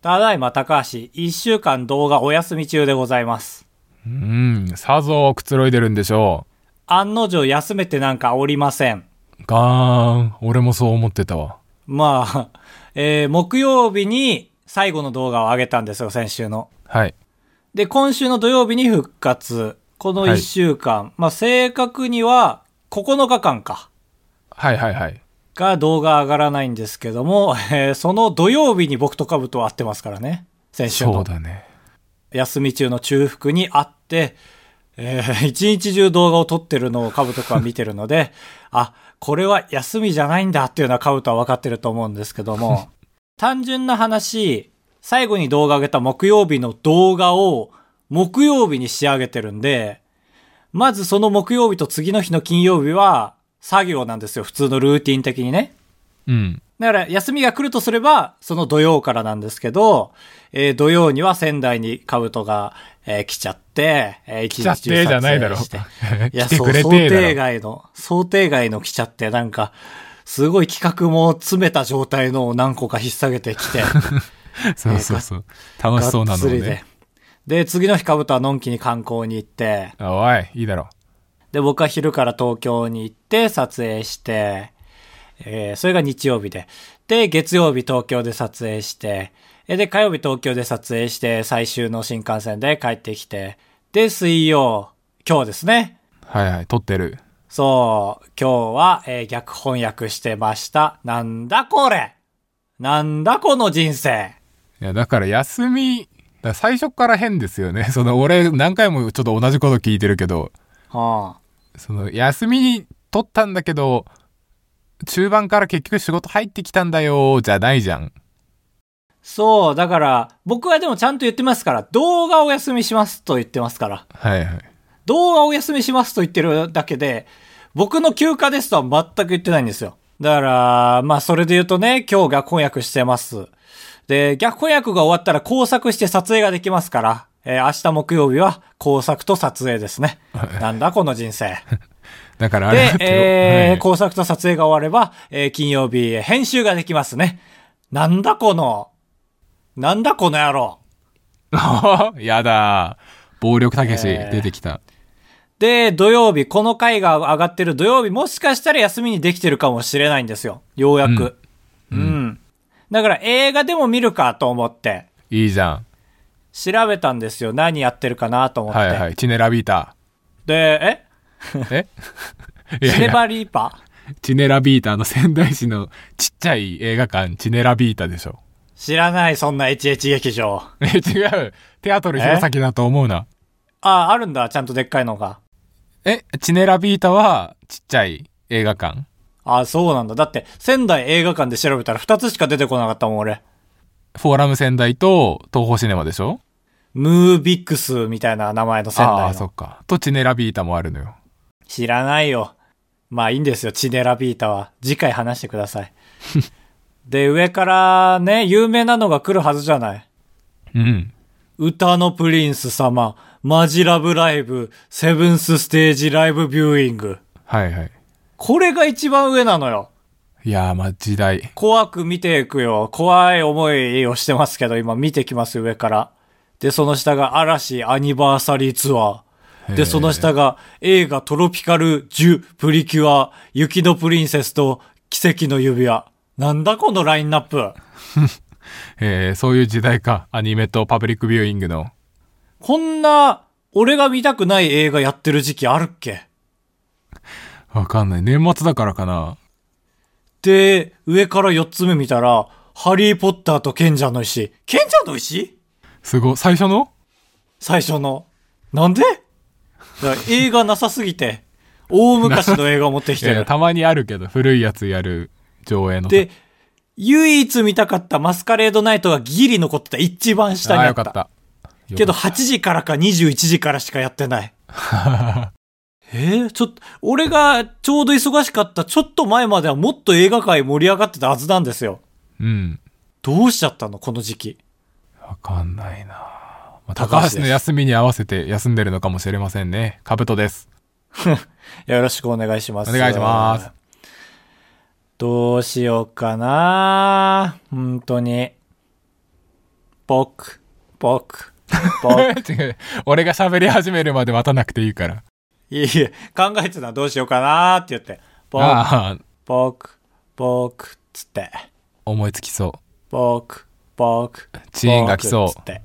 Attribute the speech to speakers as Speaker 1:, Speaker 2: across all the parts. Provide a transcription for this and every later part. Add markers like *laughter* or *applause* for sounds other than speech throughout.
Speaker 1: ただいま高橋、一週間動画お休み中でございます。
Speaker 2: うん、さぞくつろいでるんでしょ
Speaker 1: 案の定休めてなんかおりません。
Speaker 2: う。ガーン、俺もそう思ってたわ。
Speaker 1: まあ、 *laughs* えー、木曜日に最後の動画を上げたんですよ、先週の。
Speaker 2: はい。
Speaker 1: で、今週の土曜日に復活。この
Speaker 2: はい
Speaker 1: 一週間。まあ、正確には9日間か。
Speaker 2: はいはいはい。
Speaker 1: が動画上がらないんですけども、 *laughs* えーその土曜日に僕とカブと会ってますからね。先週
Speaker 2: そう
Speaker 1: の
Speaker 2: だね。
Speaker 1: 休み中の中腹に会って、えー *laughs* 一日中動画を撮ってるのをカブト君は見てるので、 *laughs* あ、これは休みじゃないんだっていうのはカブトは分かってると思うんですけども、単純な話、最後に動画上げた木曜日の動画を木曜日に仕上げてるんで、まずその木曜日と次の日の金曜日は作業なんですよ。普通のルーティン的にね。
Speaker 2: うん。
Speaker 1: だから、休みが来るとすれば、その土曜からなんですけど、えー土曜には仙台にカブトが、えー来ちゃって、えー、来
Speaker 2: 来ちゃってじゃないだろ。 *laughs*
Speaker 1: いや、
Speaker 2: 来て
Speaker 1: そう、
Speaker 2: くれ
Speaker 1: 想
Speaker 2: て
Speaker 1: 定
Speaker 2: えだろ。
Speaker 1: 外の、想定外の来ちゃって、なんか、すごい企画も詰めた状態のを何個か引っ提げてき
Speaker 2: *laughs*
Speaker 1: て、
Speaker 2: そうそうそう。楽しそう
Speaker 1: が
Speaker 2: なのを
Speaker 1: っつり
Speaker 2: ね。
Speaker 1: で。で、次の日カブトはのんきに観光に行って、
Speaker 2: あおい、いいだろ。
Speaker 1: で、僕は昼から東京に行って撮影して、えーそれが日曜日で。で、月曜日東京で撮影して、えで、火曜日東京で撮影して、最終の新幹線で帰ってきて、で、水曜、今日ですね。
Speaker 2: はいはい、撮ってる。
Speaker 1: そう、今日は、えー逆翻訳してました。なんだこれなんだこの人生
Speaker 2: いや、だから休み、だから最初から変ですよね。 *laughs* その、俺何回もちょっと同じこと聞いてるけど、
Speaker 1: はあ、
Speaker 2: その、休みに撮ったんだけど、中盤から結局仕事入ってきたんだよ、じゃないじゃん。
Speaker 1: そう、だから、僕はでもちゃんと言ってますから、動画お休みしますと言ってますから。
Speaker 2: はいはい。
Speaker 1: 動画お休みしますと言ってるだけで、僕の休暇ですとは全く言ってないんですよ。だから、まあそれで言うとね、今日逆翻訳してます。で、逆翻訳が終わったら工作して撮影ができますから、えー明日木曜日は工作と撮影ですね。なんだこの人生。
Speaker 2: だから *laughs* あれだ
Speaker 1: で
Speaker 2: っ、てよ
Speaker 1: えー
Speaker 2: はい
Speaker 1: 工作と撮影が終われば、えー金曜日編集ができますね。なんだこの、なんだこの野郎。
Speaker 2: *laughs* やだ暴力たけし
Speaker 1: えー
Speaker 2: 出てきた。
Speaker 1: で、土曜日、この回が上がってる土曜日、もしかしたら休みにできてるかもしれないんですよ。ようやく。うん。だから映画でも見るかと思って、
Speaker 2: いいじゃん。
Speaker 1: 調べたんですよ。何やってるかなと思って。
Speaker 2: はいはい。チネラビータ
Speaker 1: で、*laughs*
Speaker 2: ー。えい
Speaker 1: え
Speaker 2: や
Speaker 1: シ
Speaker 2: い
Speaker 1: ネ
Speaker 2: や、
Speaker 1: バリーパー
Speaker 2: チネラビーターの仙台市のちっちゃい映画館、チネラビータでしょ。 *laughs*
Speaker 1: 知らない、そんな HH 劇場。
Speaker 2: え、違う。テアトル弘前だと思うな。
Speaker 1: あ、あるんだ、ちゃんとでっかいのが。
Speaker 2: え、チネラビータはちっちゃい映画館。
Speaker 1: あ、そうなんだ。だって、仙台映画館で調べたら2つしか出てこなかったもん、俺。
Speaker 2: フォーラム仙台と東宝シネマでしょ
Speaker 1: ムービックスみたいな名前の仙
Speaker 2: ああ
Speaker 1: 台
Speaker 2: ー、そ
Speaker 1: の。
Speaker 2: っか。とチネラビータもあるのよ。
Speaker 1: 知らないよ。まあいいんですよ、チネラビータは。次回話してください。で、上からね、有名なのが来るはずじゃない。
Speaker 2: うん。
Speaker 1: 歌のプリンス様、マジラブライブ、セブンスステージライブビューイング。
Speaker 2: はいはい。
Speaker 1: これが一番上なのよ。
Speaker 2: いやー、まあ、時代。
Speaker 1: 怖く見ていくよ。怖い思いをしてますけど、今見てきます、上から。で、その下が嵐アニバーサリーツアー。
Speaker 2: へ
Speaker 1: で、
Speaker 2: ー
Speaker 1: その下が映画トロピカル・ジュ・プリキュア、雪のプリンセスと奇跡の指輪。なんだこのラインナップ。
Speaker 2: えー、そういう時代か。アニメとパブリックビューイングの。
Speaker 1: こんな、俺が見たくない映画やってる時期あるっけ
Speaker 2: わかんない。年末だからかな。
Speaker 1: で、上から4つ目見たら、ハリー・ポッターと賢者の石。賢者の石
Speaker 2: すごい。最初の
Speaker 1: 最初の。なんでだから映画なさすぎて、大昔の映画を持ってき
Speaker 2: い
Speaker 1: て
Speaker 2: やいや *laughs*
Speaker 1: る。
Speaker 2: たまにあるけど、古いやつやる上映の。
Speaker 1: で、唯一見たかったマスカレードナイトがギリ残ってた。一番下に
Speaker 2: あ
Speaker 1: あ
Speaker 2: ー
Speaker 1: っ
Speaker 2: よか
Speaker 1: た。
Speaker 2: った。よ
Speaker 1: けど
Speaker 2: か
Speaker 1: 8時からか21時からしかやって
Speaker 2: *laughs*
Speaker 1: ない。えー、ちょっと、俺がちょうど忙しかったちょっと前まではもっと映画界盛り上がってたはずなんですよ。
Speaker 2: った、うん。
Speaker 1: どうしちゃったのこの時期。
Speaker 2: わかんないな、まあ
Speaker 1: 高橋
Speaker 2: 高
Speaker 1: です
Speaker 2: 橋の休みに合わせて休んでるのかもしれませんね。カブトです。
Speaker 1: よろしくお願いします。
Speaker 2: お願いします。
Speaker 1: どうしようかな本当に。僕、僕、僕。
Speaker 2: *laughs* 違う俺が喋り始めるまで待たなくていいから。
Speaker 1: いえいえ、考えてたらどうしようかなーって言って、僕、
Speaker 2: ああ、
Speaker 1: 僕、僕、つって、
Speaker 2: 思いつきそう。
Speaker 1: 僕、僕、
Speaker 2: 遅延が来そう
Speaker 1: 僕つって、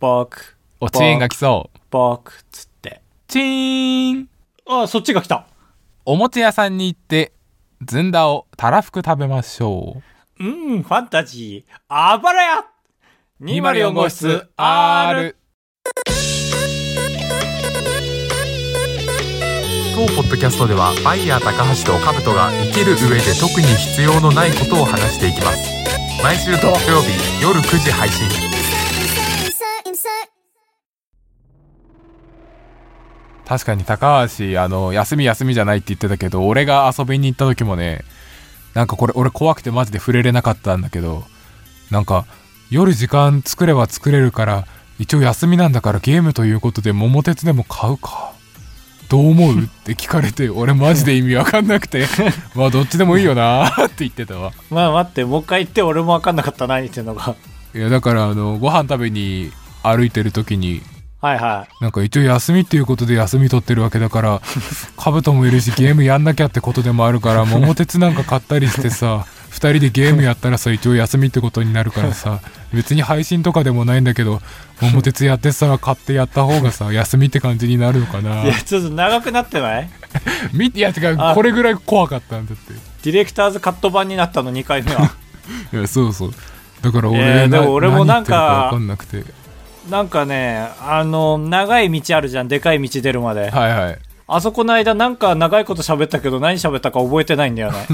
Speaker 1: 僕、
Speaker 2: お、チーンが来そう。
Speaker 1: 僕、つって。
Speaker 2: チーン
Speaker 1: あ、そっちが来た。
Speaker 2: おもちゃ屋さんに行って、ずんだをたらふく食べましょう。
Speaker 1: うん、ファンタジー、あばらや !204 号室 R!
Speaker 2: 当ポッドキャストではバイヤー高橋とカブトが生きる上で特に必要のないことを話していきます毎週土曜日夜9時配信
Speaker 3: insert, insert, insert.
Speaker 2: 確かに高橋あの休み休みじゃないって言ってたけど俺が遊びに行った時もねなんかこれ俺怖くてマジで触れれなかったんだけどなんか夜時間作れば作れるから一応休みなんだからゲームということで桃鉄でも買うかどう思うって聞かれて俺マジで意味わかんなく *laughs* てまあどっちでもいいよなーって言ってたわ
Speaker 1: まあ待って、もう一回言って俺もわかんなかったな、何言ってんのが。 *laughs*
Speaker 2: いやだからあのご飯食べに歩いてる時に
Speaker 1: はいは
Speaker 2: なんか一応休みっていうことで休み取ってるわけだ
Speaker 1: *laughs*
Speaker 2: から、カブトもいるしゲームやんなきゃってことでもあるから、桃鉄なんか買ったりし
Speaker 1: *laughs*
Speaker 2: てさ、二人でゲームやったらさ、一応休みってことになるからさ、別に配信とかでもないんだけど、桃鉄やってさ、買ってやった方
Speaker 1: *laughs*。
Speaker 2: がさ、休みって感じになるのかない
Speaker 1: いや、ちょっと長くなってない
Speaker 2: みいや、違う、
Speaker 1: あ
Speaker 2: これぐらい怖かったんだって。
Speaker 1: ディレクターズカット版になったの2回目は。
Speaker 2: いや、そうそう。だから俺、
Speaker 1: えーでも
Speaker 2: な
Speaker 1: 俺もなんか
Speaker 2: 何言ってるか分かんなくて。
Speaker 1: なんかね、あの、長い道あるじゃん、でかい道出るまで。
Speaker 2: はいはい。
Speaker 1: あそこの間、なんか長いこと喋ったけど、何喋ったか覚えてないんだよね。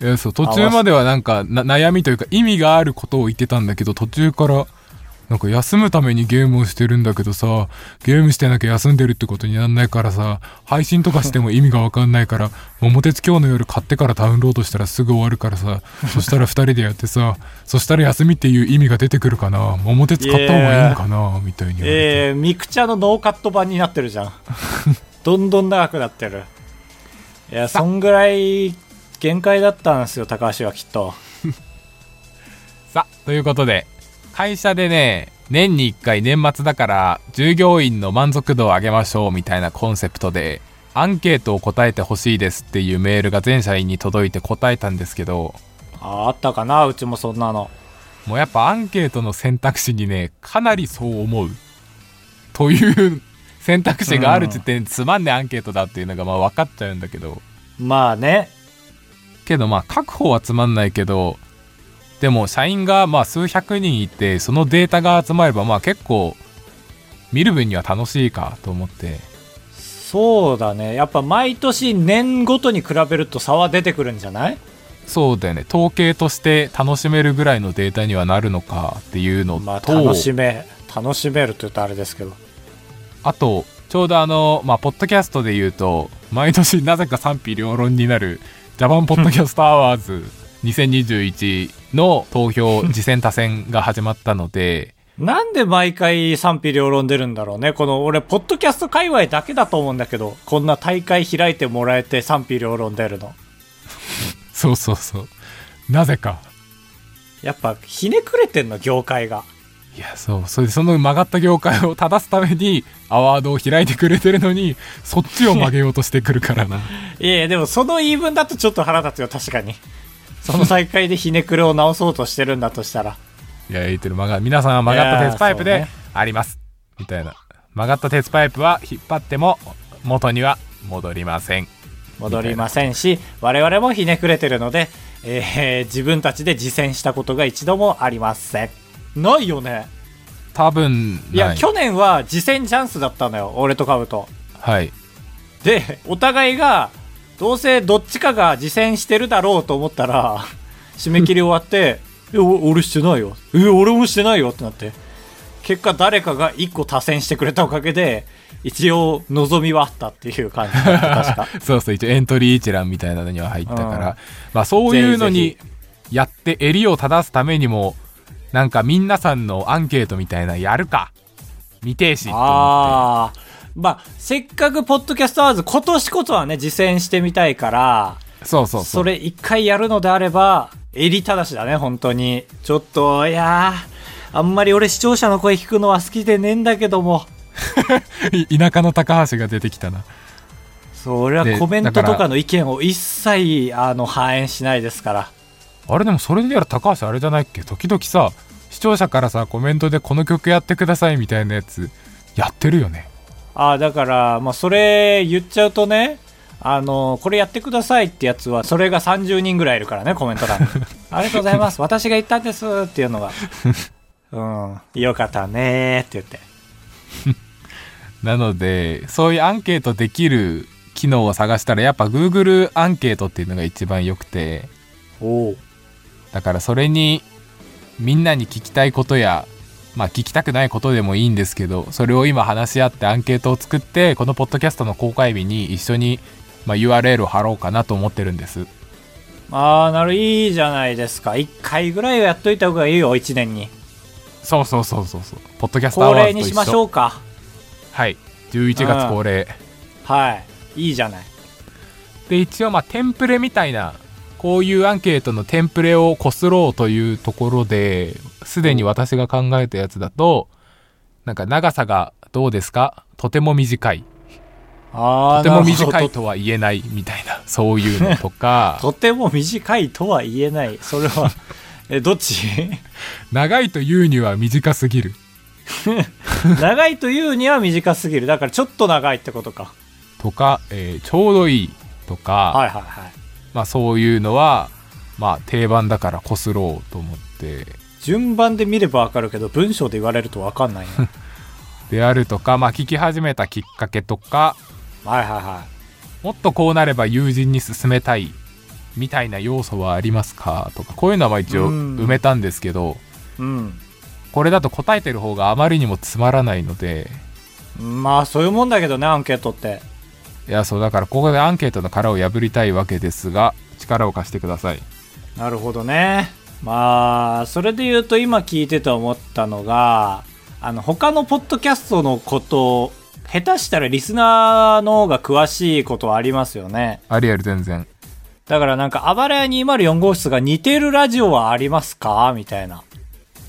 Speaker 2: いやそう途中まではなんかな悩みというか意味があることを言ってたんだけど途中からなんか休むためにゲームをしてるんだけどさゲームしてなきゃ休んでるってことになんないからさ配信とかしても意味が分かんないから *laughs* 「桃鉄今日の夜買ってからダウンロードしたらすぐ終わるからさそしたら2人でやってさそしたら休みっていう意味が出てくるかな桃鉄買った方がいいのかな」みたいに言われて
Speaker 1: えー、ミクチャのノーカット版になってるじゃん。どんどん長くなってる。いや、そんぐらい限界だったんですよ、高橋はきっと。
Speaker 2: さあということで会社でね年に1回年末だから従業員の満足度を上げましょうみたいなコンセプトでアンケートを答えてほしいですっていうメールが全社員に届いて答えたんですけど
Speaker 1: ああったかな、うちもそんなの。
Speaker 2: もうやっぱアンケートの選択肢にねかなりそう思うという選択肢がある時点でつまんねえアンケートだっていうのがまあ分かっちゃうんだけど
Speaker 1: まあね、
Speaker 2: けどまあ確保はつまんないけどでも社員がまあ数百人いてそのデータが集まればまあ結構見る分には楽しいかと思って
Speaker 1: そうだね。やっぱ毎年年ごとに比べると差は出てくるんじゃない
Speaker 2: そうだよね統計として楽しめるぐらいのデータにはなるのかっていうのと、
Speaker 1: まあ、楽しめ、楽しめると言うとあれですけど。
Speaker 2: あとちょうどあのまあポッドキャストで言うと毎年なぜか賛否両論になるジャパンポッドキャストアワーズ2021の投票次戦他戦が始まったので
Speaker 1: なんで毎回賛否両論出るんだろうね。この、俺、ポッドキャスト界隈だけだと思うんだけど、こんな大会開いてもらえて賛否両論出るの。
Speaker 2: そうそうそうなぜか
Speaker 1: やっぱ、ひねくれてんの、業界が。
Speaker 2: いやそうそれでその曲がった業界を正すためにアワードを開いてくれてるのにそっちを曲げようとしてくるから *laughs* な
Speaker 1: いやいや、でもその言い分だとちょっと腹立つよ、確かに。その大会でひねくれを直そうとしてるんだとしたら。
Speaker 2: いや言ってる曲が皆さんは曲がっ
Speaker 1: い
Speaker 2: た
Speaker 1: やー
Speaker 2: 鉄パイプ
Speaker 1: そう
Speaker 2: で
Speaker 1: ね
Speaker 2: あります、みたいな曲がった鉄パイプは引っ張っても元には戻りません
Speaker 1: 戻りませんし、我々もひねくれてるので、えー自分たちで実践したことが一度もありません。ないよね。
Speaker 2: 多分ない
Speaker 1: いや、去年は実践チャンスだったのよ、俺とカブと。
Speaker 2: はい
Speaker 1: で、お互いが、どうせどっちかが自戦してるだろうと思ったら、締め切り終わ *laughs* って、え、お俺してないよ。え、俺もしてないよってなって。結果誰かが一個多選してくれたおかげで、一応望みはあったっていう感じだった、確か。
Speaker 2: そうそう一応エントリー一覧みたいなのには入ったから、
Speaker 1: うん
Speaker 2: まあそういうの
Speaker 1: ぜ
Speaker 2: にやって襟を正すためにもなんかみんなさんのアンケートみたいなやるか未定しって思っ
Speaker 1: ああ。まあ、せっかくポッドキャストアワーズ、今年こそはね、実践してみたいから、
Speaker 2: てそうそうそ
Speaker 1: そうれ一回やるのであれば、襟正しだね、本当に。ちょっと、いやーあんまり俺視聴者の声聞くのは好きでねえんだけども。
Speaker 2: い *laughs* 田舎の高橋が出てきたな
Speaker 1: そう、俺は
Speaker 2: で
Speaker 1: コメント
Speaker 2: だから
Speaker 1: とかの意見を一切、あの、反映しないですから。
Speaker 2: あれでもそれでやら高橋あれじゃないっけ時々さ視聴者からさコメントでこの曲やってくださいみたいなやつやってるよね
Speaker 1: ああ、だから、まあ、それ言っちゃうとね、あの、これやってくださいってやつは、それが30人ぐらいいるからね、コメント
Speaker 2: *laughs*
Speaker 1: 欄に。ありがとうございます。私が言ったんですっていうのが。うん。よかったねーって言って。
Speaker 2: なのでそういうアンケートできる機能を探したらやっぱ Google アンケートっていうのが一番良くて
Speaker 1: おお。
Speaker 2: だからそれにみんなに聞きたいことやまあ聞きたくないことでもいいんですけどそれを今話し合ってアンケートを作ってこのポッドキャストの公開日に一緒に、まあ、URL を貼ろうかなと思ってるんです
Speaker 1: ああ、なる、いいじゃないですか。1回ぐらいはやっといた方がいいよ、1年に。
Speaker 2: そうそうそうそうそうポッドキャストア
Speaker 1: 恒
Speaker 2: ワー
Speaker 1: 例
Speaker 2: ズ
Speaker 1: に
Speaker 2: と一緒
Speaker 1: しましょうか。
Speaker 2: はい11月恒例
Speaker 1: はい。いいじゃない。
Speaker 2: で一応まあテンプレみたいなこういうアンケートのテンプレをこすろうというところですでに私が考えたやつだとなんか長さがどうですかとても短い
Speaker 1: あ
Speaker 2: と
Speaker 1: あ、
Speaker 2: て
Speaker 1: な
Speaker 2: も
Speaker 1: るほ
Speaker 2: 短い
Speaker 1: ど。
Speaker 2: とは言えないみたいな *laughs* そういうのとか
Speaker 1: とても短いとは言えない。それは、え、どっち
Speaker 2: 長いというには短すぎる
Speaker 1: 長いというには短すぎる。だからちょっと長いってことか。
Speaker 2: とか、えーちょうどいいとか、
Speaker 1: はいはいはい。
Speaker 2: まあ、そういうのは、まあ、定番だからこすろうと思って
Speaker 1: 順番で見ればわかるけど、文章で言われるとわかんないな
Speaker 2: であるとか、まあ、聞き始めたきっかけとか
Speaker 1: はいはいは
Speaker 2: もっとこうなれば友人に勧めたいみたいな要素はありますかとかこういうのはまあ一応
Speaker 1: うん
Speaker 2: 埋めたんですけど、
Speaker 1: い。うん。
Speaker 2: これだと答えてる方があまりにもつまらないので
Speaker 1: まあ、そういうもんだけどね、アンケートって。
Speaker 2: いやそうだからここでアンケートの殻を破りたいわけですが力を貸してください
Speaker 1: なるほどね。まあ、それで言うと今聞いてて思ったのが、あの、他のポッドキャストのこと、下手したらリスナーの方が詳しいことはありますよね。
Speaker 2: ありあり全然
Speaker 1: だからなんか、あばらや204号室が似てるラジオはありますかみたいな。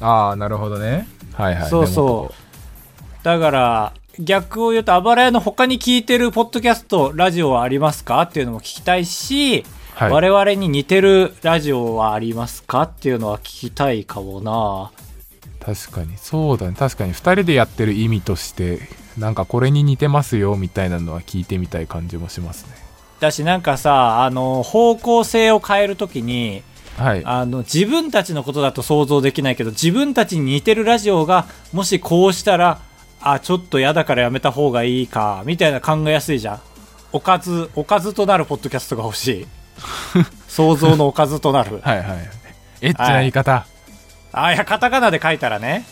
Speaker 2: ああなるほどねはいはい
Speaker 1: そうそう。だから、逆を言うと、あばらやの他に聞いてるポッドキャスト、ラジオはありますかっていうのも聞きたいし、
Speaker 2: はい
Speaker 1: 我々に似てるラジオはありますかっていうのは聞きたいかもな。
Speaker 2: 確かにそうだね確かに2人でやってる意味としてなんかこれに似てますよみたいなのは聞いてみたい感じもしますね
Speaker 1: だしなんかさ、あの、方向性を変えるときに、
Speaker 2: はい
Speaker 1: あの、自分たちのことだと想像できないけど、自分たちに似てるラジオが、もしこうしたら、あ、ちょっと嫌だからやめた方がいいか、みたいな考えやすいじゃん。おかず、おかずとなるポッドキャストが欲しい。想像のおかずとなる。
Speaker 2: はいはいエッチな言い方、
Speaker 1: あ、いや、カタカナで書いたらね、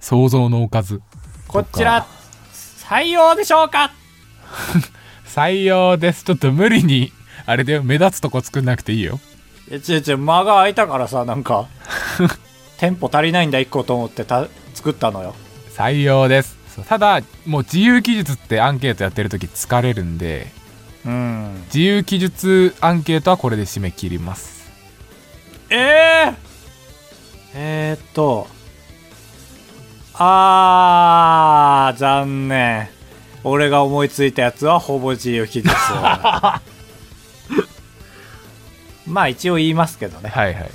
Speaker 2: 想像のおかず
Speaker 1: こちら、採用でしょうか
Speaker 2: 採用ですちょっと無理にあれで目立つとこ作んなくていいよ
Speaker 1: いや、違う違う、間が空いたからさ、なんか、テンポ足りないんだ、一個と思ってた作ったのよ。
Speaker 2: 採用ですそうただもう自由記述ってアンケートやってる時疲れるんで
Speaker 1: うん。
Speaker 2: 自由記述アンケートはこれで締め切ります
Speaker 1: えー、えー、っとあー残念俺が思いついたやつはほぼ自由記述 *laughs* まあ一応言いますけどね、
Speaker 2: はいはい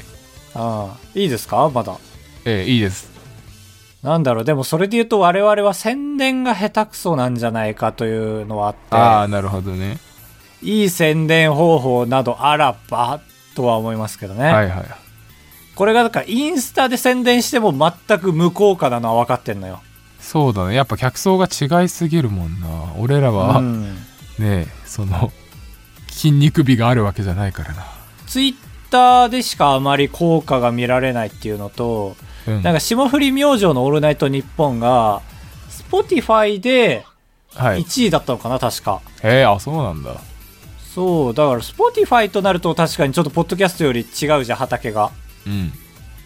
Speaker 1: うん、いいですかまだ
Speaker 2: えーいいです
Speaker 1: なんだろうでもそれで言うと我々は宣伝が下手くそなんじゃないかというのは
Speaker 2: あ
Speaker 1: あ
Speaker 2: あ
Speaker 1: って
Speaker 2: なるほどね
Speaker 1: いい宣伝方法などあらばとは思いますけどね、
Speaker 2: はいはい
Speaker 1: これがだからインスタで宣伝しても全く無効果なのは分かってんのよ。
Speaker 2: そうだねやっぱ客層が違いすぎるもんな俺らは、
Speaker 1: うん
Speaker 2: ねえその筋肉美があるわけじゃないからな
Speaker 1: ツイッターでしかあまり効果が見られないっていうのと、
Speaker 2: うん
Speaker 1: なんか霜降り明星の「オールナイトニッポン」が Spotify で
Speaker 2: はい
Speaker 1: 1位だったのかな、確か。
Speaker 2: えー、あそうなんだ
Speaker 1: そう、だから Spotify となると確かにちょっとポッドキャストより違うじゃん、畑が。
Speaker 2: うん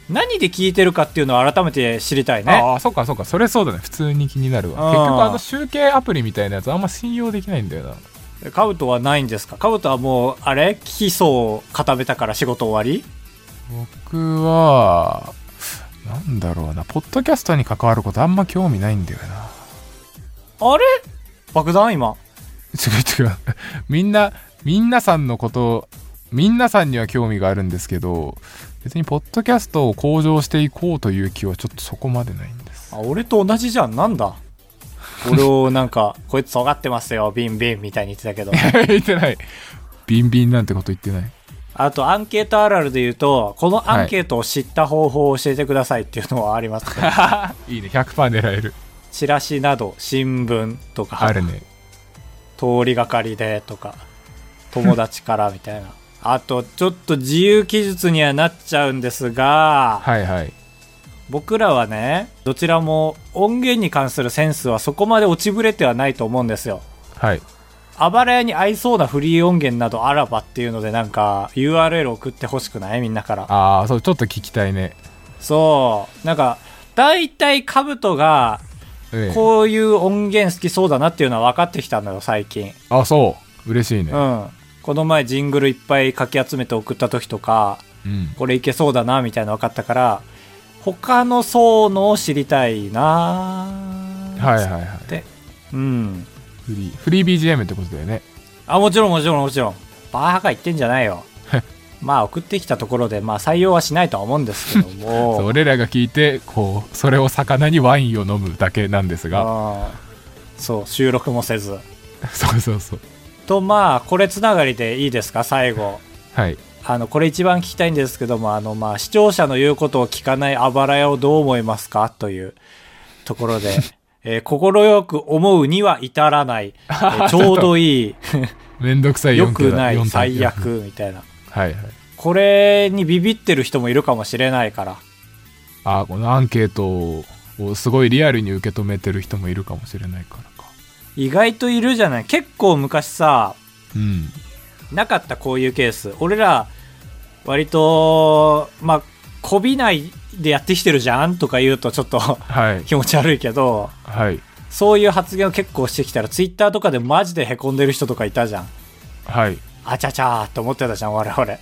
Speaker 1: 何で聞いてるかっていうのを改めて知りたいね。
Speaker 2: ああそっかそっかそれそうだね普通に気になるわ
Speaker 1: うん
Speaker 2: 結局あの集計アプリみたいなやつあんま信用できないんだよな
Speaker 1: カブトはないんですかカブトはもう、あれ基礎を固めたから仕事終わり
Speaker 2: 僕はなんだろうなポッドキャストに関わることあんま興味ないんだよな *laughs*
Speaker 1: あれ爆弾今。
Speaker 2: 違う違うみんなみんなさんのことみんなさんには興味があるんですけど別にポッドキャストを向上していこうという気はちょっとそこまでないんです
Speaker 1: あ、俺と同じじゃん。なんだ俺をなんか、こいつ尖ってますよ、ビンビンみたいに言ってたけど。
Speaker 2: *laughs* 言ってないビンビンなんてこと言ってない
Speaker 1: あと、アンケートあるあるで言うと、このアンケートを知った方法を教えてくださいっていうのはありますね、
Speaker 2: いいね100%狙える
Speaker 1: チラシなど、新聞とか、
Speaker 2: あるね
Speaker 1: 通りがかりでとか、友達からみたいな。あと、ちょっと自由記述にはなっちゃうんですが、
Speaker 2: はいはい
Speaker 1: 僕らはね、どちらも音源に関するセンスはそこまで落ちぶれてはないと思うんですよ。
Speaker 2: はい
Speaker 1: あばら屋に合いそうなフリー音源などあらばっていうのでなんか URL 送ってほしくないみんなから。
Speaker 2: ああそうちょっと聞きたいね、
Speaker 1: そう。なんか、大体カブトが
Speaker 2: ええ
Speaker 1: こういう音源好きそうだなっていうのは分かってきたのよ、最近。
Speaker 2: あそう嬉しいね
Speaker 1: うん。この前ジングルいっぱいかき集めて送った時とか、
Speaker 2: うん
Speaker 1: これいけそうだなみたいなの分かったから、他の層のを知りたいな
Speaker 2: はいはいはい
Speaker 1: って。うん。
Speaker 2: フリーフリー BGM ってことだよね
Speaker 1: あ、もちろんもちろんもちろん。バーカ言ってんじゃない
Speaker 2: *laughs*
Speaker 1: よ。まあ送ってきたところで、まあ採用はしないとは思うんですけども。
Speaker 2: *laughs* そう俺らが聞いてこうそれを魚にワインを飲むだけなんですが
Speaker 1: あーそう、収録もせず。
Speaker 2: そうそうそう
Speaker 1: と、まあ、これつながりでいいですか、最
Speaker 2: *laughs*
Speaker 1: 後。 *laughs*
Speaker 2: はい
Speaker 1: あの、これ一番聞きたいんですけども、あの、まあ、視聴者の言うことを聞かないあばら屋をどう思いますかというところ
Speaker 2: *laughs*
Speaker 1: で、えー心よく思うには至らない、えーちょうどいい、
Speaker 2: めんどくさい
Speaker 1: 良
Speaker 2: 4
Speaker 1: く
Speaker 2: 句だ
Speaker 1: ない、
Speaker 2: 四単
Speaker 1: 最
Speaker 2: 位
Speaker 1: 悪、みたいな。
Speaker 2: はいはい
Speaker 1: これにビビってる人もいるかもしれないから。
Speaker 2: あこのアンケートをすごいリアルに受け止めてる人もいるかもしれないからか
Speaker 1: 意外といるじゃない結構昔さ
Speaker 2: うん
Speaker 1: なかったこういうケース俺ら割とまあこびないでやってきてるじゃんとか言うとちょっと *laughs*
Speaker 2: はい
Speaker 1: 気持ち悪いけど
Speaker 2: はい
Speaker 1: そういう発言を結構してきたらツイッターとかでマジでへこんでる人とかいたじゃん
Speaker 2: はい
Speaker 1: あちゃちゃーって思ってたじゃん我々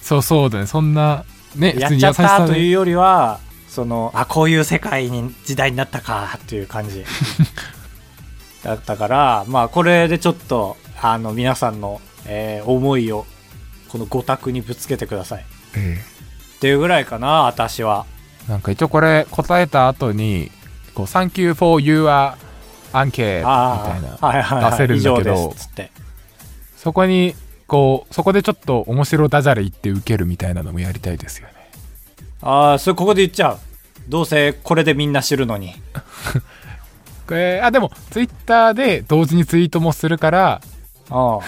Speaker 2: そうそうだねそんなね
Speaker 1: やっ
Speaker 2: 普通に
Speaker 1: ちゃ
Speaker 2: 優
Speaker 1: っ
Speaker 2: しさ
Speaker 1: たという
Speaker 2: で
Speaker 1: よりはそのあこういう世界に時代になったかっていう感
Speaker 2: *laughs*
Speaker 1: じだったからまあこれでちょっとあの皆さんの、えー思いをこのご択にぶつけてくださいっ
Speaker 2: え
Speaker 1: ていうぐらいかな私は
Speaker 2: えなんか一応これ答えた後にこう「Thank you for your アンケート」みたい
Speaker 1: ああはいはい、
Speaker 2: な出
Speaker 1: は
Speaker 2: せ
Speaker 1: い、
Speaker 2: る
Speaker 1: 以
Speaker 2: んだ
Speaker 1: 上
Speaker 2: け
Speaker 1: です
Speaker 2: ど
Speaker 1: っつって
Speaker 2: そこにこうそこでちょっと面白ダジャレ言って受けるみたいなのもやりたいですよね
Speaker 1: ああそれここで言っちゃうどうせこれでみんな知るのに
Speaker 2: えーあでもツイッターで同時にツイートもするから
Speaker 1: あ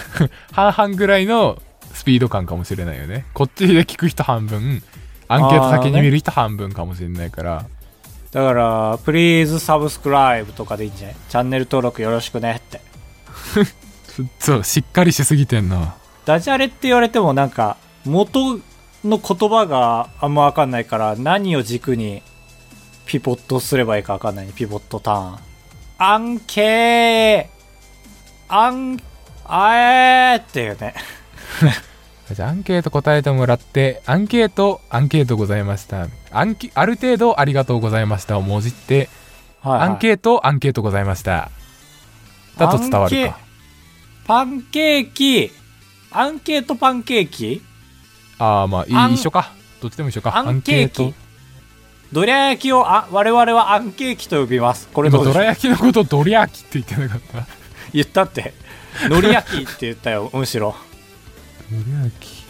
Speaker 2: 半々ぐらいのスピード感かもしれないよねこっちで聞く人半分アンケート先に見る人半分かもしれないから、
Speaker 1: だから「Please subscribe」とかでいいんじゃないチャンネル登録よろしくねって
Speaker 2: そうしっかりしすぎてんな
Speaker 1: ダジャレって言われてもなんか元の言葉があんま分かんないから何を軸にピボットすればいいか分かんないねピボットターンアンケーアンあえーっていうね
Speaker 2: じゃあアンケート答えてもらってアンケートアンケートございましたアンケある程度ありがとうございましたをもじって、
Speaker 1: はい、
Speaker 2: アンケートアンケートございましただと伝わる
Speaker 1: アン
Speaker 2: か
Speaker 1: ケパンケーキアンケートパンケーキ
Speaker 2: ああま
Speaker 1: ア
Speaker 2: あい
Speaker 1: ン
Speaker 2: 一緒かどっちでも一緒か
Speaker 1: アンケー
Speaker 2: アン
Speaker 1: キ
Speaker 2: ト
Speaker 1: どりゃ焼きをあ我々はアンケーキと呼びますこれど
Speaker 2: 今
Speaker 1: うで
Speaker 2: ど
Speaker 1: しょ
Speaker 2: ら
Speaker 1: う
Speaker 2: 焼きのことどりゃーきって言ってなかった
Speaker 1: 言ったってのり焼きって言ったよむしろ
Speaker 2: どりゃーき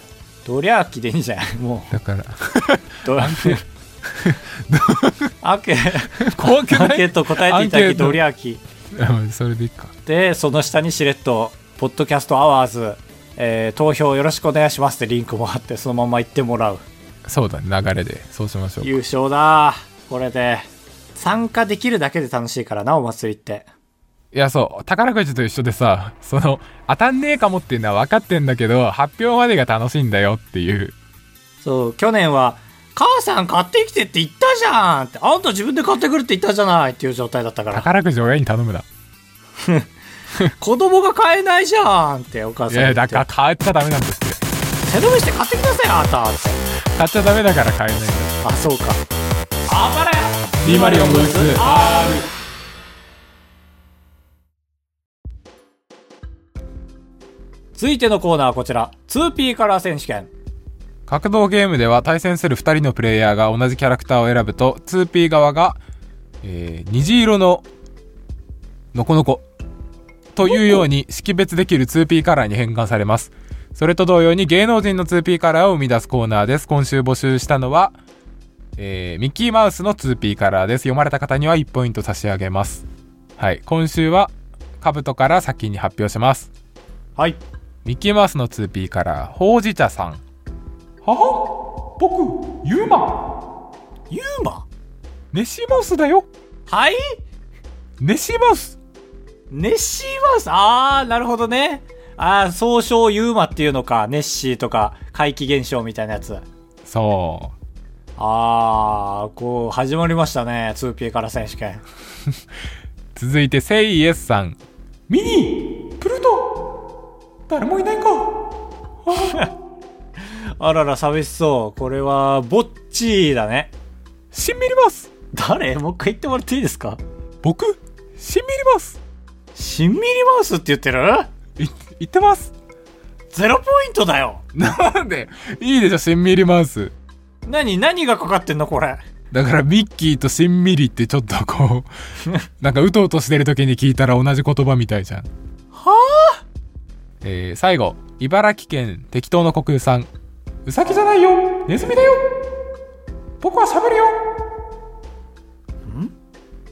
Speaker 1: どりゃ焼きでいいんじゃないもう
Speaker 2: だから
Speaker 1: どアンケアンケ
Speaker 2: 怖く
Speaker 1: アン
Speaker 2: な
Speaker 1: ケ
Speaker 2: い
Speaker 1: ート答えていただ
Speaker 2: アンケー
Speaker 1: き
Speaker 2: ト
Speaker 1: ドリアキ
Speaker 2: それでいいか
Speaker 1: でその下にしれっと「ポッドキャストアワーズ、えー投票よろしくお願いします」ってリンクもあってそのまま行ってもらう
Speaker 2: そうだね流れでそうしましょう
Speaker 1: 優勝だこれで参加できるだけで楽しいからなお祭りって
Speaker 2: いやそう宝くじと一緒でさその当たんねえかもっていうのは分かってんだけど発表までが楽しいんだよっていう
Speaker 1: そう去年は「母さん買ってきて」って言ったじゃんってあんた自分で買ってくるって言ったじゃないっていう状態だった
Speaker 2: *laughs*
Speaker 1: から
Speaker 2: 宝くじ親に頼むな
Speaker 1: 子供が買えないじゃんってお母
Speaker 2: い
Speaker 1: さん言っ
Speaker 2: や
Speaker 1: て
Speaker 2: だから買っちゃダメなんですって
Speaker 1: 背伸びして買ってきなさいあんたって
Speaker 2: 買っちゃダメだから買えないんだ
Speaker 1: あそうかあばらや
Speaker 2: リマリオンブース
Speaker 1: R 続いてのコーナーはこちら 2P カラー選手権
Speaker 2: 格闘ゲームでは対戦する2人のプレイヤーが同じキャラクターを選ぶと 2P 側が、えー虹色のノコノコというように識別できる 2P カラーに変換されますそれと同様に芸能人の 2P カラーを生み出すコーナーです今週募集したのは、えーミッキーマウスの 2P カラーです読まれた方には1ポイント差し上げますはい今週はカブトから先に発表します
Speaker 1: はい
Speaker 2: ミッキーマウスの 2P カラーほうじ茶さん母僕ユーマ
Speaker 1: ユーマ
Speaker 2: ネッシーマウスだよ
Speaker 1: はい
Speaker 2: ネッシーマウス
Speaker 1: ネッシーマウスあーなるほどねあー総称ユーマっていうのかネッシーとか怪奇現象みたいなやつ
Speaker 2: そ
Speaker 1: あーこう始まりましたね 2P カラー選手権
Speaker 2: う続いてセイイエスさんミニープルト誰もいないか
Speaker 1: あらら寂しそうこれはぼっちーだね
Speaker 2: しんみりマウス
Speaker 1: 誰もう一回言ってもらっていいですか
Speaker 2: 僕しんみりマウス
Speaker 1: しんみりマウスって言ってる
Speaker 2: い言ってます *laughs*
Speaker 1: ゼロポイントだよ
Speaker 2: なんでいいでしょしんみりマウス
Speaker 1: 何何がかかってんのこれ
Speaker 2: だからミッキーとしんみりってちょっとこうなんかうとうとしてる時に聞いたら同じ言葉みたいじゃん
Speaker 1: は
Speaker 2: えー最後茨城県適当の国有さんウサギじゃないよネズミだよ僕は喋るよ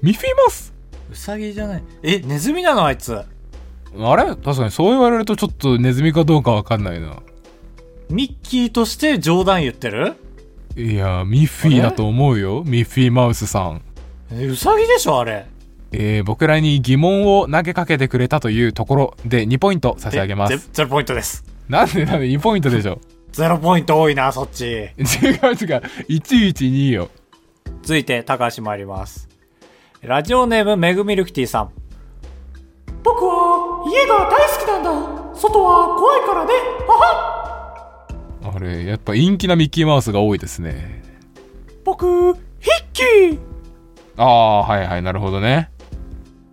Speaker 2: ミッフィーマウス
Speaker 1: あウサギじゃないえネズミなのあいつ
Speaker 2: あれ確かにそう言われるとちょっとネズミかどうかわかんないな
Speaker 1: ミッキーとして冗談言ってる
Speaker 2: いやーミッフィーだと思うよミッフィーマウスさん
Speaker 1: えウサギでしょあれ
Speaker 2: えー僕らに疑問を投げかけてくれたというところで2ポイント差し上げま
Speaker 1: ゼ
Speaker 2: す
Speaker 1: ゼロポイントです
Speaker 2: なんでなんで2ポイントでしょ
Speaker 1: ゼロポイント多いなそっち
Speaker 2: *laughs* 違う違う112よ
Speaker 1: 続いて高橋参りますラジオネームめぐみルクティさん僕は家が大好きなんだ外は怖いからねはは
Speaker 2: あれやっぱ陰気なミッキーマウスが多いですね
Speaker 1: 僕ヒッキー
Speaker 2: ああはいはいなるほどね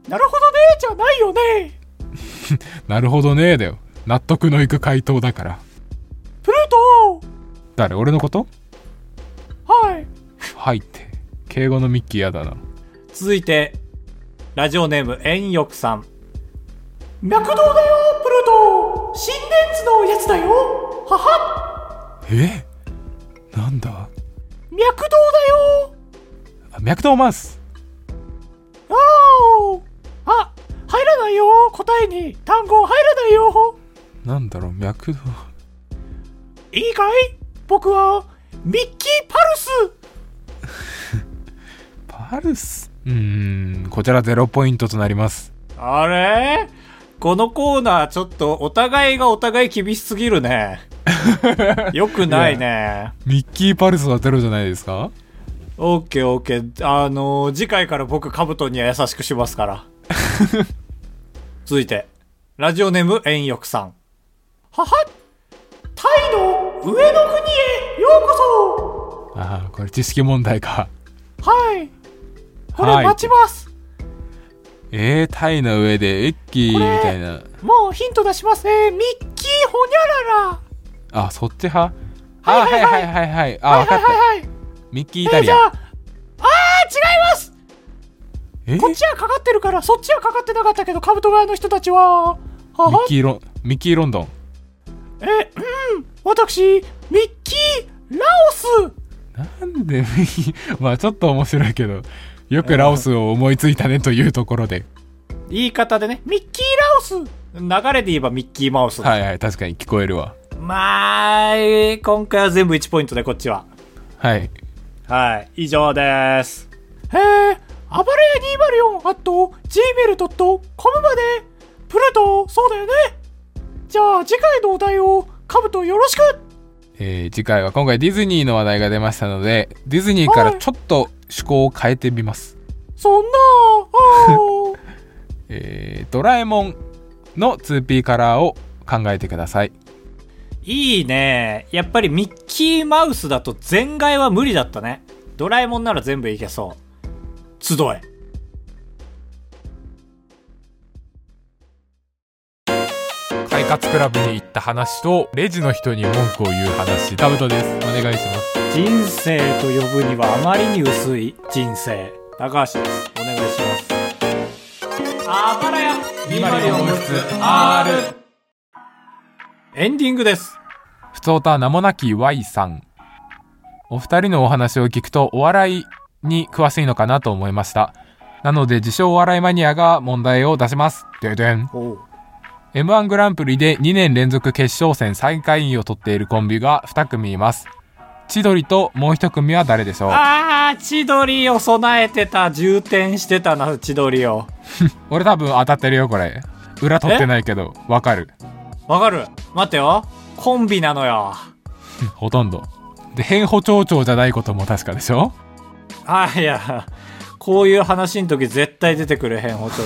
Speaker 1: なるほどねじゃないよね
Speaker 2: *laughs* なるほどねだよ納得のいく回答だから
Speaker 1: プルー
Speaker 2: 誰俺のこと *laughs*
Speaker 1: トはい
Speaker 2: はいって敬語のミッキーやだな
Speaker 1: 続いてラジオネーム円翼さん脈動だよプルト心電図のやつだよはは
Speaker 2: えなんだ
Speaker 1: 脈動だよ
Speaker 2: あ脈動マウス
Speaker 1: あおあ入らないよ答えに単語入らないよ
Speaker 2: なんだろう脈動
Speaker 1: いいかい僕はミッキーパルス
Speaker 2: パルスうーんこちら0ポイントとなります
Speaker 1: あれこのコーナーちょっとお互いがお互い厳しすぎる *laughs* ねよくないね
Speaker 2: ミッキーパルスはゼロじゃないですか
Speaker 1: オッケーオッケーあのー次回から僕カブトには優しくしますから *laughs* 続いてラジオネーム円翼さんははタイの上の国へようこ
Speaker 2: ああこれ知識問題か
Speaker 1: そはいこれ
Speaker 2: はい
Speaker 1: 待ちます、
Speaker 2: えー、タイの上でエッキーみたいな
Speaker 1: もうヒント出しますねミッキーホニャララ
Speaker 2: あそっち派あは
Speaker 1: はいい
Speaker 2: は
Speaker 1: はいい
Speaker 2: はいはいあ分かった
Speaker 1: はいはい
Speaker 2: ミッキーイ
Speaker 1: え
Speaker 2: タ
Speaker 1: ー
Speaker 2: リ
Speaker 1: じゃ
Speaker 2: ア
Speaker 1: ああー違います
Speaker 2: え
Speaker 1: こっちはかかってるからそっちはかかってなかったけどカブト側の人たちはは
Speaker 2: ミ
Speaker 1: は
Speaker 2: ッキーロンミッキーロンドン
Speaker 1: えうん私ミッキー・ラオス
Speaker 2: なんでミキ、まあちょっと面白いけど、よくラオスを思いついたねというところで。
Speaker 1: 言い方でねミッキー・ラオス流れで言えばミッキー・マウス、
Speaker 2: はいはい、確かに聞こえるわ。
Speaker 1: まあえー今回は全部1ポイントでこっちは
Speaker 2: はい。
Speaker 1: はい以上ですへえ暴れ屋204 at gmail.com までプルトそうだよねじゃあ次回のお題をカブトよろしく
Speaker 2: えー次回は今回ディズニーの話題が出ましたので、ディズニーからちょっと趣向を変えてみます。
Speaker 1: そんなあ
Speaker 2: *laughs*
Speaker 1: ー
Speaker 2: えードラえもんの 2P カラーを考えてください。
Speaker 1: いいねやっぱりミッキーマウスだと全外は無理だったねドラえもんなら全部いけそう。集え。
Speaker 2: 快活クラブに行った話とレジの人に文句を言う話タブトですお願いします
Speaker 1: 人生と呼ぶにはあまりに薄い人生。高橋です。お願いします。あばらやエンディングです。
Speaker 2: ふつおた名もなき Y さん。お二人のお話を聞くとお笑いに詳しいのかなと思いました。なので自称お笑いマニアが問題を出します。ででん。
Speaker 1: おう
Speaker 2: M1 グランプリで2年連続決勝戦最下位を取っているコンビが2組います。千鳥ともう1組は誰でしょう
Speaker 1: あー、千鳥を備えてた、充填してたな、千鳥を。
Speaker 2: 俺多分当たってるよこれ。裏取ってないけど、わかる。 *laughs*
Speaker 1: わかる待ってよ。コンビなのよ。
Speaker 2: ほとんど。で、変補長長じゃないことも確かでしょ
Speaker 1: あいやこういう話の時絶対出てくる変補聴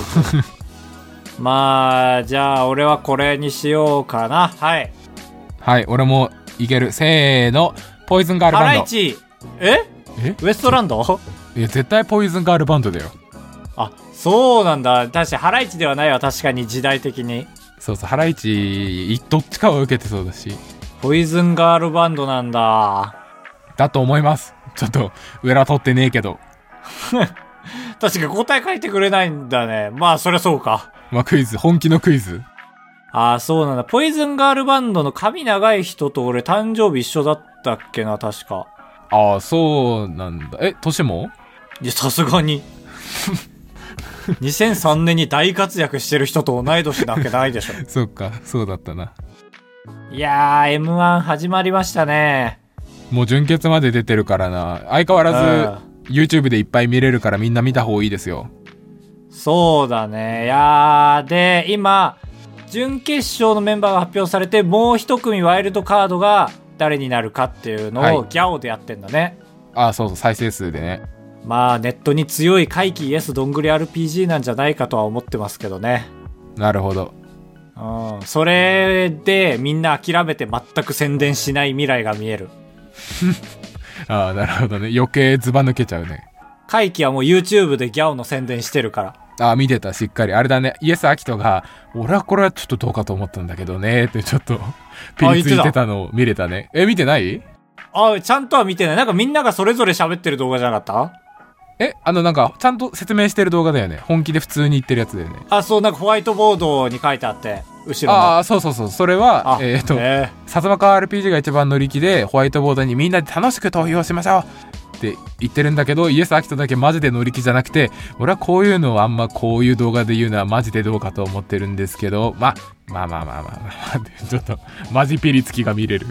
Speaker 1: 長 *laughs* まあじゃあ俺はこれにしようかなはい
Speaker 2: はい、俺もいける。せーの。ポイズンガール
Speaker 1: ハ
Speaker 2: バ
Speaker 1: ラ
Speaker 2: ンド
Speaker 1: イ。チえ
Speaker 2: え
Speaker 1: ウエストランド
Speaker 2: いや絶対ポイズンガールバンドだよ
Speaker 1: あそうなんだ確かにハライチではないわ確かに時代的に
Speaker 2: そうそうハライチどっちかは受けてそうだし
Speaker 1: ポイズンガールバンドなんだ
Speaker 2: だと思いますちょっと裏取ってねえけど
Speaker 1: 確か答え書いてくれないんだねまあそりゃそうか
Speaker 2: まあクイズ本気のクイズ
Speaker 1: ああそうなんだポイズンガールバンドの髪長い人と俺誕生日一緒だったっけな確か
Speaker 2: ああそうなんだえ年も
Speaker 1: いや、さすがに。2003年に大活躍してる人と同い年なわけないで *laughs* しょ。
Speaker 2: そっかそうだったない
Speaker 1: やー、M1 始まりましたね。
Speaker 2: もう純潔まで出てるからな相変わらず YouTube でいっぱい見れるからみんな見た方がいいですよ
Speaker 1: そうだね。いやー、で、今、準決勝のメンバーが発表されて、もう一組ワイルドカードが誰になるかっていう
Speaker 2: は
Speaker 1: の
Speaker 2: い
Speaker 1: をギャオでやってんだね。
Speaker 2: ああそうそう再生数でね
Speaker 1: まあ、ネットに強い怪奇イエスどんぐり RPG なんじゃないかとは思ってますけどね。
Speaker 2: なるほど
Speaker 1: うん。それで、みんな諦めて全く宣伝しない未来が見える。
Speaker 2: ああなるほどね余計ズバ抜けちゃうね
Speaker 1: 怪奇はもう YouTube でギャオの宣伝してるから。
Speaker 2: あ、見てた、しっかり。あれだね、イエス・アキトが、俺はこれはちょっとどうかと思ったんだけどね、ってちょっと、ピリついてたのを見れたね。え、見てない
Speaker 1: あ、ちゃんとは見てない。なんかみんながそれぞれ喋ってる動画じゃなかっ
Speaker 2: え、あのなんか、ちゃんと説明してる動画だよね。本気で普通に言ってるやつだよね。
Speaker 1: たあ、そう、なんかホワイトボードに書いてあって、後ろの。
Speaker 2: ああ、そうそうそう。それは、えっ、と、
Speaker 1: え
Speaker 2: さつまか RPG が一番乗り気で、ホワイトボードにみんなで楽しく投票しましょうって言ってるんだけど、イエス・アキトだけマジで乗り気じゃなくて、俺はこういうのをあんまこういう動画で言うのはマジでどうかと思ってるんですけど、ま、まあまあまあまあまあ、ちょっと、マジピリつきが見れる。